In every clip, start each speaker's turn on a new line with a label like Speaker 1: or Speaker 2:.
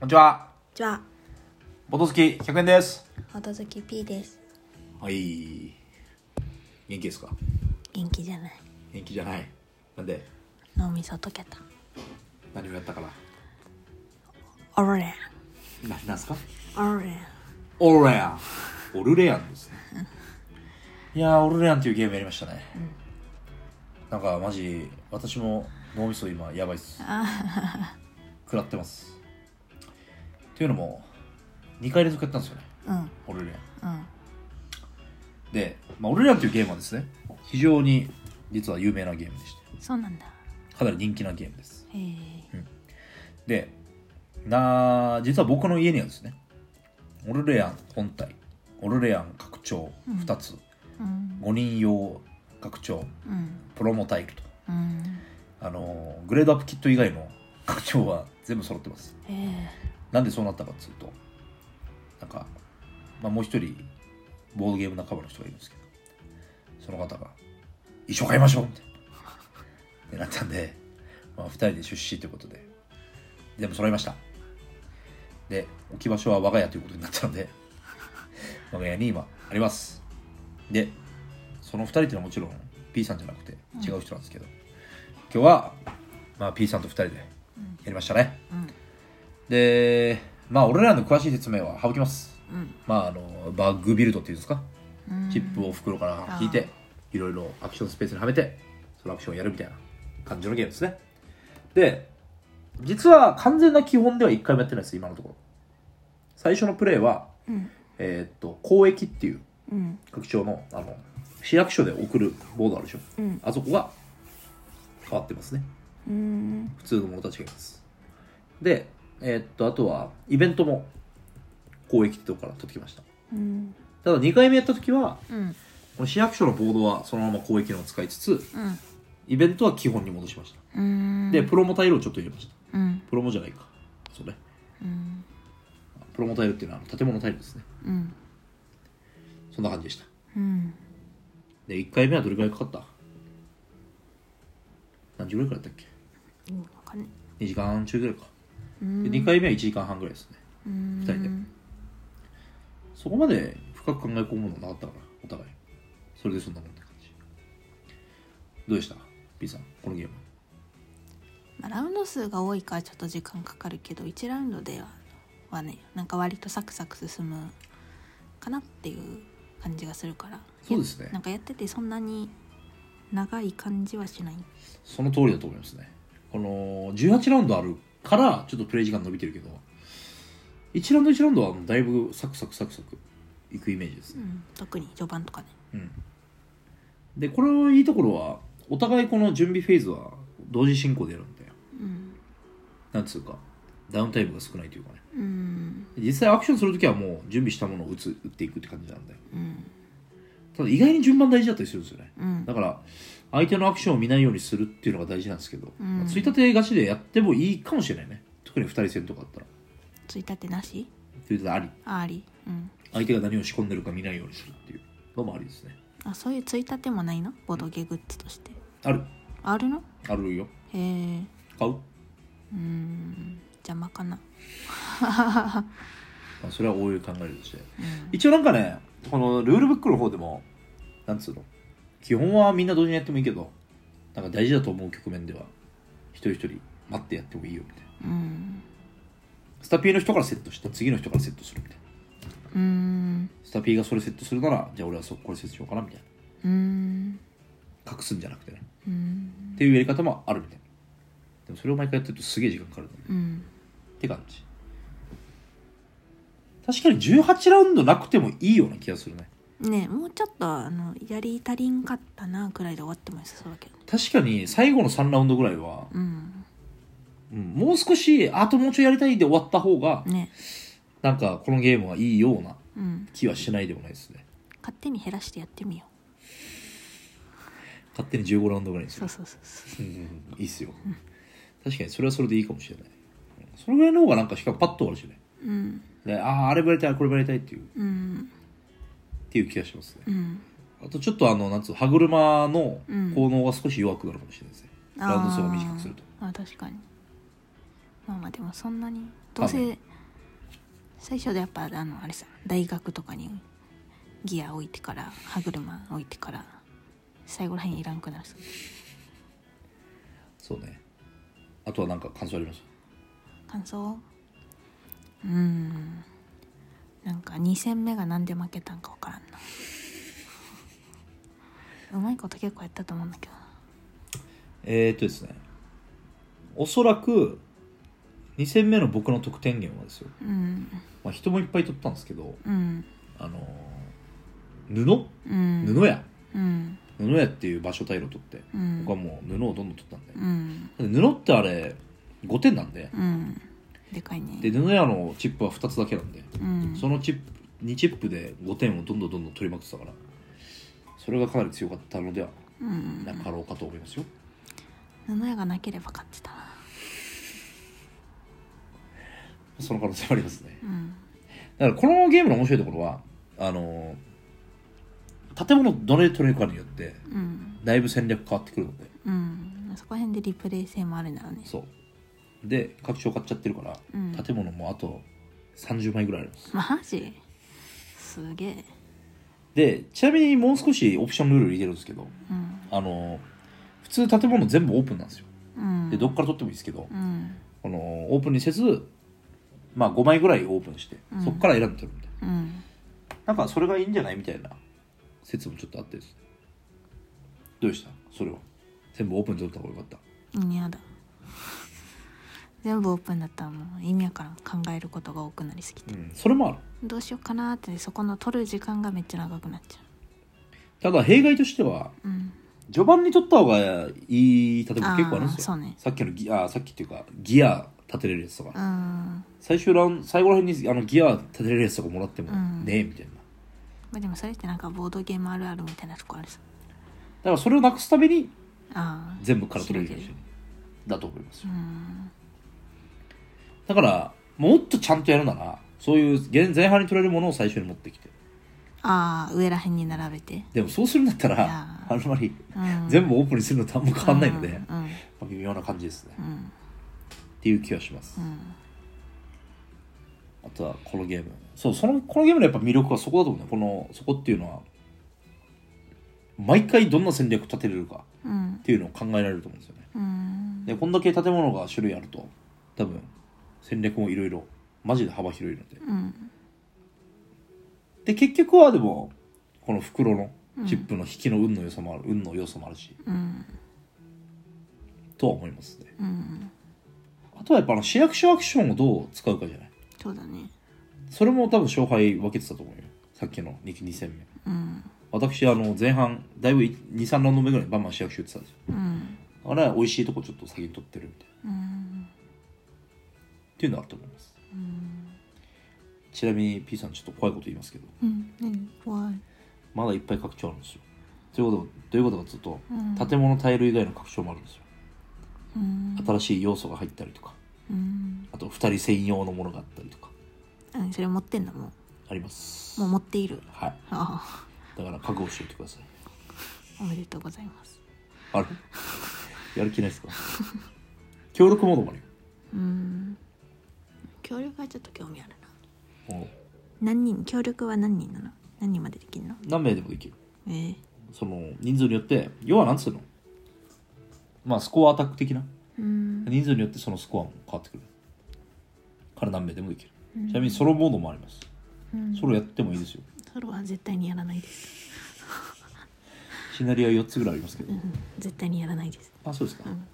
Speaker 1: こんにちは。
Speaker 2: じゃあ
Speaker 1: ボト好き100円です。
Speaker 2: 音好き P です
Speaker 1: はい。元気ですか
Speaker 2: 元気じゃない
Speaker 1: 元気じゃない。なんで
Speaker 2: 脳みそ溶けた
Speaker 1: 何をやったから
Speaker 2: オルレン
Speaker 1: ななんすか
Speaker 2: オルレン
Speaker 1: オルレアン。オルレアンですね。いやー、オルレアンっていうゲームやりましたね。なんかマジ、私も脳みそ今やばいっす。食らってます。というのも、2回連続やったんですよね。
Speaker 2: うん
Speaker 1: オルレアン。
Speaker 2: うん
Speaker 1: で、まあ、オルレアンというゲームはですね、非常に実は有名なゲームでして、
Speaker 2: そうなんだ
Speaker 1: かなり人気なゲームです。
Speaker 2: へえ
Speaker 1: で、な実は僕の家にはですね、オルレアン本体、オルレアン拡張2つ、
Speaker 2: うん
Speaker 1: 5人用拡張、
Speaker 2: うん
Speaker 1: プロモタイルと、
Speaker 2: うん
Speaker 1: あのーグレードアップキット以外の拡張は全部揃ってます。
Speaker 2: へえ
Speaker 1: なんでそうなったかっつうと、なんか、まあ、もう一人、ボードゲーム仲間の人がいるんですけど、その方が、一緒買いましょうみたいな。でなったんで、まあ、二人で出資ということで、全部揃いました。で、置き場所は我が家ということになったので、我が家に今あります。で、その二人っていうのはもちろん P さんじゃなくて違う人なんですけど、今日は、まあ、P さんと二人でやりましたね。
Speaker 2: うん
Speaker 1: で、まあ、俺らの詳しい説明は省きます。
Speaker 2: うん
Speaker 1: まあ、あの、バッグビルドっていうんですか、
Speaker 2: うん
Speaker 1: チップを袋から引いて、いろいろアクションスペースにはめて、そのアクションをやるみたいな感じのゲームですね。で、実は完全な基本では一回もやってないです、今のところ。最初のプレイは、
Speaker 2: うん
Speaker 1: えーっと、交易っていう
Speaker 2: うん
Speaker 1: 拡張の、あの、市役所で送るボードあるでしょ。
Speaker 2: うん
Speaker 1: あそこが変わってますね。
Speaker 2: うん
Speaker 1: 普通のものと違いますでえーっとあとはイベントも公益ってとこから取ってきました
Speaker 2: うん
Speaker 1: ただ2回目やった時は
Speaker 2: うん
Speaker 1: この市役所のボードはそのまま公益のを使いつつ
Speaker 2: うん
Speaker 1: イベントは基本に戻しました
Speaker 2: うん
Speaker 1: でプロモタイルをちょっと入れました
Speaker 2: うん
Speaker 1: プロモじゃないかそうね
Speaker 2: うん
Speaker 1: プロモタイルっていうのはあの建物タイルですね
Speaker 2: うん
Speaker 1: そんな感じでした
Speaker 2: うん
Speaker 1: で1回目はどれくらいかかった何時ぐらいからやったっけ
Speaker 2: うんわかんない
Speaker 1: 2時間中ぐらいか
Speaker 2: う
Speaker 1: で
Speaker 2: ん
Speaker 1: 2回目は1時間半ぐらいですね
Speaker 2: う
Speaker 1: 2
Speaker 2: ん
Speaker 1: 人でそこまで深く考え込むのなかったからお互いそれでそんなもんって感じどうでした B さんこのゲーム
Speaker 2: まあラウンド数が多いからちょっと時間かかるけど1ラウンドでははねなんか割とサクサク進むかなっていう感じがするから
Speaker 1: そうですね
Speaker 2: なんかやっててそんなに長い感じはしない
Speaker 1: その通りだと思いますねこの18ラウンドあるからちょっとプレイ時間伸びてるけど1ラウンド1ラウンドはだいぶサクサクサクサクいくイメージです
Speaker 2: う
Speaker 1: ね、
Speaker 2: ん特に序盤とかね
Speaker 1: うん、でこれのいいところはお互いこの準備フェーズは同時進行でやるんで
Speaker 2: うん
Speaker 1: なんつうかダウンタイムが少ないというかね
Speaker 2: うん
Speaker 1: 実際アクションするときはもう準備したものを打つ打っていくって感じなんで
Speaker 2: うん
Speaker 1: ただ意外に順番大事だったりするんですよね
Speaker 2: うん
Speaker 1: だから相手のアクションを見ないようにするっていうのが大事なんですけど、
Speaker 2: うん
Speaker 1: まあついたて勝ちでやってもいいかもしれないね特に2人戦とかだったら
Speaker 2: ついたてなし
Speaker 1: ついたてあり
Speaker 2: あありうん
Speaker 1: 相手が何を仕込んでるか見ないようにするっていうのもありですね
Speaker 2: あそういうついたてもないのボドゲグッズとして
Speaker 1: ある
Speaker 2: あるの
Speaker 1: あるよ
Speaker 2: へえ
Speaker 1: 買う、
Speaker 2: うん邪魔かな
Speaker 1: まあ、それは応用考えるとして
Speaker 2: うん
Speaker 1: 一応なんかねこのルールブックの方でもなんつうの基本はみんな同時にやってもいいけどなんか大事だと思う局面では一人一人待ってやってもいいよみたいな
Speaker 2: うん
Speaker 1: スタピーの人からセットして次の人からセットするみたいな
Speaker 2: うん
Speaker 1: スタピーがそれセットするならじゃあ俺はそこれセットしようかなみたいな
Speaker 2: うん
Speaker 1: 隠すんじゃなくてね
Speaker 2: うん
Speaker 1: っていうやり方もあるみたいなでもそれを毎回やってるとすげえ時間かかるんだよ
Speaker 2: うん
Speaker 1: って感じ確かに18ラウンドなくてもいいような気がするね
Speaker 2: ねえもうちょっとあのやり足りんかったなぐらいで終わっても良さそうだけどね
Speaker 1: 確かに最後の3ラウンドぐらいは、
Speaker 2: うん
Speaker 1: うんもう少しあともうちょいやりたいで終わった方が
Speaker 2: ね
Speaker 1: なんかこのゲームはいいような
Speaker 2: えうん
Speaker 1: 気はしないでもないですね
Speaker 2: 勝手に減らしてやってみよ
Speaker 1: 勝手に15ラウンドぐらいに
Speaker 2: う
Speaker 1: す
Speaker 2: そ
Speaker 1: る
Speaker 2: うそうそうそう
Speaker 1: うんうんうんいいっすよ確かにそれはそれでいいかもしれないうんそれぐらいの方がなんかしかもパッと終わるしね
Speaker 2: うん
Speaker 1: であああれもやりたいあれこれもやりたいっていう
Speaker 2: うん
Speaker 1: っていう気がしますね
Speaker 2: うん
Speaker 1: あとちょっとあの、なんつうの歯車の
Speaker 2: うん
Speaker 1: 効能が少し弱くなるかもしれないですね。ラウンド数が短くすると。
Speaker 2: あーあー確かにまあまあでもそんなにどう
Speaker 1: 多
Speaker 2: せ最初でやっぱあのあれさ大学とかにギア置いてから歯車置いてから最後らへんいらんくなるさ
Speaker 1: そうねあとはなんか感想あります
Speaker 2: 感想うーんなんか2戦目がなんで負けたんかわからんなうまいこと結構やったと思うんだけど
Speaker 1: えー、っとですねおそらく2戦目の僕の得点源はですよ、
Speaker 2: うん
Speaker 1: まあ、人もいっぱい取ったんですけど
Speaker 2: うん
Speaker 1: あのー
Speaker 2: うん
Speaker 1: 布布屋
Speaker 2: うん
Speaker 1: 布屋っていう場所帯路取って
Speaker 2: うん
Speaker 1: 僕はもう布をどんどん取ったんで
Speaker 2: うん
Speaker 1: 布ってあれ5点なんで
Speaker 2: うんでかい
Speaker 1: で
Speaker 2: ね
Speaker 1: 布屋のチップは2つだけなんで
Speaker 2: うん
Speaker 1: そのチップ2チップで5点をどんどんどんどん取りまくってたからそれがかなり強かったのでは
Speaker 2: うん
Speaker 1: なかろうかと思いますよ
Speaker 2: 布屋がなければ勝ってたな
Speaker 1: その可能性もありますね
Speaker 2: うん
Speaker 1: だからこのゲームの面白いところはあのー建物どれ取れるかによって
Speaker 2: うん
Speaker 1: だいぶ戦略変わってくるので
Speaker 2: うんそこら辺でリプレイ性もあるんだろうね
Speaker 1: そうで拡張買っちゃってるから、
Speaker 2: うん
Speaker 1: 建物もあと30枚ぐらいあります
Speaker 2: マジすげえ
Speaker 1: でちなみにもう少しオプションルール入れるんですけど
Speaker 2: うん
Speaker 1: あの普通建物全部オープンなんですよ
Speaker 2: うん
Speaker 1: でどっから取ってもいいですけど、
Speaker 2: うん
Speaker 1: このオープンにせず、まあ、5枚ぐらいオープンして、
Speaker 2: うん
Speaker 1: そこから選んで取るみたい
Speaker 2: うん
Speaker 1: ななんかそれがいいんじゃないみたいな説もちょっとあってですねどうでしたそれは全部オープンで取った方がよかっ
Speaker 2: 嫌だ全部オープンだったらもう意味わからん考えることが多くなりすぎて
Speaker 1: た、うん、それもある
Speaker 2: どうしようかなーってそこの取る時間がめっちゃ長くなっちゃ
Speaker 1: ただ弊害としては
Speaker 2: ううん
Speaker 1: 序盤に取った方がいい建物結構あるんですよ
Speaker 2: あーそうね
Speaker 1: さっきのギアさっきっていうかギア立てれるやつとか、
Speaker 2: うん
Speaker 1: 最終ラウン最後らへんにあのギア立てれるやつとかもらっても
Speaker 2: うん
Speaker 1: ねえみたいな、
Speaker 2: まあでもそれってなんかボードゲームあるあるみたいなとこあるさ
Speaker 1: だからそれをなくすために
Speaker 2: ああ
Speaker 1: 全部から取れるようにしてるだと思います
Speaker 2: う
Speaker 1: よ
Speaker 2: ん
Speaker 1: だからもっとちゃんとやるならそういう現前半に取れるものを最初に持ってきて
Speaker 2: ああ上らへんに並べて
Speaker 1: でもそうするんだった
Speaker 2: い
Speaker 1: ら
Speaker 2: や
Speaker 1: あんまり
Speaker 2: うん
Speaker 1: 全部オープンにするのとあんま変わんないので、
Speaker 2: うん
Speaker 1: ま
Speaker 2: うん
Speaker 1: あ微妙な感じですね、
Speaker 2: う
Speaker 1: っ
Speaker 2: ん
Speaker 1: ていう気はします、
Speaker 2: うん
Speaker 1: あとはこのゲームそうそのこのゲームのやっぱ魅力はそこだと思うねこのそこっていうのは毎回どんな戦略立てれるか
Speaker 2: うん
Speaker 1: っていうのを考えられると思うんですよね
Speaker 2: うん
Speaker 1: でこんだけ建物が種類あると多分戦略もいろいろマジで幅広いので
Speaker 2: うん
Speaker 1: で結局はでもこの袋のチップの引きの運の良さもある、運の要素もあるし
Speaker 2: うん
Speaker 1: とは思いますね
Speaker 2: うん
Speaker 1: あとはやっぱあの市役所アクションをどう使うかじゃない
Speaker 2: そうだね
Speaker 1: それも多分勝敗分けてたと思うよさっきの 2, 2戦目
Speaker 2: うん
Speaker 1: 私あの前半だいぶ23ラウンド目ぐらいにバンバン市役所打ってたんですよ
Speaker 2: うん
Speaker 1: あれは美味しいとこちょっと先に取ってるみたいな
Speaker 2: うん
Speaker 1: っていうのはあると思います
Speaker 2: うん
Speaker 1: ちなみに P さんちょっと怖いこと言いますけど
Speaker 2: うん何怖い
Speaker 1: まだいっぱい拡張あるんですよ。ということどういうことかというと、
Speaker 2: うん
Speaker 1: 建物タイル以外の拡張もあるんですよ。
Speaker 2: うん
Speaker 1: 新しい要素が入ったりとか、
Speaker 2: うん
Speaker 1: あと2人専用のものがあったりとか、
Speaker 2: 何それ持ってんのも
Speaker 1: あります。
Speaker 2: うもう持っている
Speaker 1: はい。
Speaker 2: あ
Speaker 1: だから覚悟しておいてください。
Speaker 2: あおめでとうございます
Speaker 1: あれ やる気ないです か協力モードもある
Speaker 2: うん協力はちょっと興味あるな
Speaker 1: よ。も
Speaker 2: 何人協力は何人なの何人までできるの
Speaker 1: う何名でもできる。
Speaker 2: えー、
Speaker 1: その人数によって、要はなんつうのまあスコアアタック的な。
Speaker 2: うん
Speaker 1: 人数によってそのスコアも変わってくる。から何名でもできる。ちなみにソロモードもあります。
Speaker 2: うん
Speaker 1: ソロやってもいいですよ。
Speaker 2: ソロは絶対にやらないです、
Speaker 1: シナリオは4つぐらいありますけど、
Speaker 2: うん、絶対にやらないです
Speaker 1: あそうですか、
Speaker 2: うん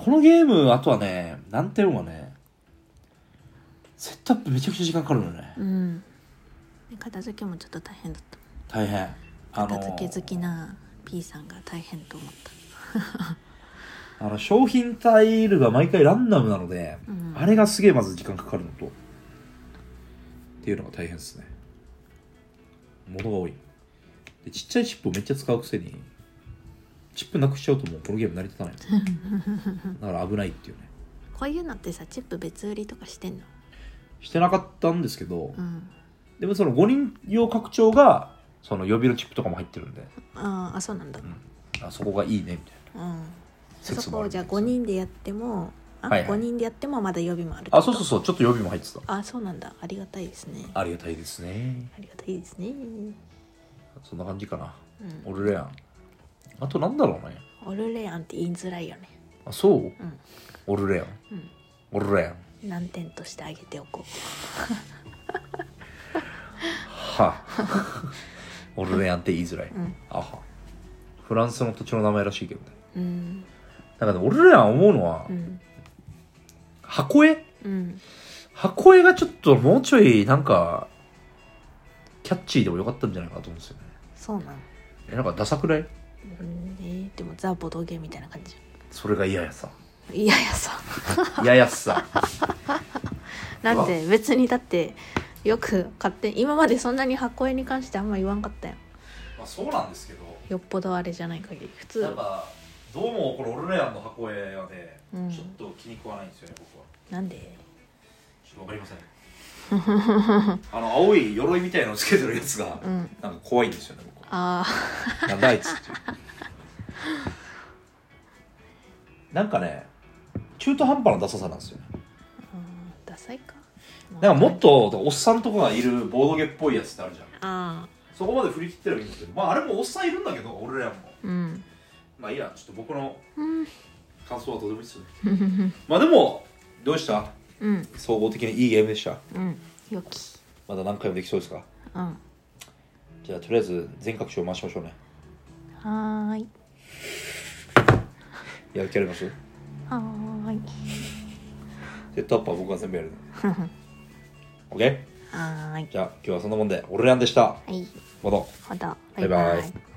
Speaker 1: このゲームあとはね難点はねセットアップめちゃくちゃ時間かかるのよね、
Speaker 2: うんで片付けもちょっと大変だった
Speaker 1: 大変あ
Speaker 2: 片
Speaker 1: の
Speaker 2: 付け好きな P さんが大変と思った
Speaker 1: あの商品タイルが毎回ランダムなので、
Speaker 2: うん
Speaker 1: あれがすげえまず時間かかるのとっていうのが大変ですね物が多いでちっちゃいチップをめっちゃ使うくせにチップなくしちゃうともうこのゲーム成り立た ないだから危ないっていうね
Speaker 2: こういうのってさチップ別売りとかしてんの
Speaker 1: してなかったんですけど、
Speaker 2: うん
Speaker 1: でもその5人用拡張がその予備のチップとかも入ってるんで、
Speaker 2: あーあそうなんだ
Speaker 1: あそこがいいねみたいな
Speaker 2: うん
Speaker 1: 説
Speaker 2: そ
Speaker 1: も
Speaker 2: こ
Speaker 1: あ
Speaker 2: を
Speaker 1: る
Speaker 2: じゃあ5人でやってもあ、
Speaker 1: はいはい
Speaker 2: 5人でやってもまだ予備もあるってこ
Speaker 1: あそ
Speaker 2: と
Speaker 1: うそうそうちょっと予備も入ってた
Speaker 2: あそうなんだありがたいですねあ
Speaker 1: ありがたいですね
Speaker 2: りがたいですね
Speaker 1: そんな感じかな
Speaker 2: うん
Speaker 1: オルレアンあとなんだろうね
Speaker 2: オルレアンって言いづらいよね
Speaker 1: あそう
Speaker 2: うん
Speaker 1: オルレアン
Speaker 2: う
Speaker 1: オルレアン
Speaker 2: ん難点としてあげておこ
Speaker 1: はあオルレアンって言いづらい、
Speaker 2: ん
Speaker 1: あはフランスの土地の名前らしいけどね
Speaker 2: ううん
Speaker 1: なんかねオルレアン思うのは、
Speaker 2: うん
Speaker 1: 箱絵
Speaker 2: うん
Speaker 1: 箱絵がちょっともうちょいなんかキャッチーでもよかったんじゃないかなと思うんですよね
Speaker 2: そうなん、
Speaker 1: えなんかダサくない
Speaker 2: うんえーでもザ・ボドゲみたいな感じ
Speaker 1: それが嫌やさ
Speaker 2: いやいやさ
Speaker 1: 嫌や さ
Speaker 2: なんて別にだってよく買って今までそんなに箱絵に関してあんま言わんかったやん
Speaker 1: まあそうなんですけど
Speaker 2: よっぽどあれじゃない限り普通
Speaker 1: なんかどうもこのオルレアンの箱絵はね、
Speaker 2: うん
Speaker 1: ちょっと気に食わないんですよね僕は
Speaker 2: なんで
Speaker 1: ちょっとわかりませ んあの青い鎧みたいのつけてるやつが
Speaker 2: うん
Speaker 1: なんか怖いんですよね僕は
Speaker 2: ああ
Speaker 1: なんだあいつっていうなんかね中途半端なダサさなんですよね
Speaker 2: うんダサいか
Speaker 1: なんかもっとおっさんとかがいるボードゲっぽいやつってあるじゃん
Speaker 2: あ
Speaker 1: そこまで振り切ってればいいんですけどまああれもおっさんいるんだけど俺らも
Speaker 2: あうん
Speaker 1: まあいいやちょっと僕の
Speaker 2: うん
Speaker 1: 感想はどうでもいいですよね まあでもどうでした
Speaker 2: うん
Speaker 1: 総合的にいいゲームでした
Speaker 2: うん良き
Speaker 1: まだ何回もできそうですか
Speaker 2: うん
Speaker 1: じゃあとりあえず全各賞回しましょうね
Speaker 2: はーい
Speaker 1: やる気あります
Speaker 2: はーい
Speaker 1: セットアップは僕が全部やる OK?
Speaker 2: はーい
Speaker 1: じゃあ今日はそんなもんで俺らんでした
Speaker 2: はい
Speaker 1: また
Speaker 2: ほど
Speaker 1: バイバイ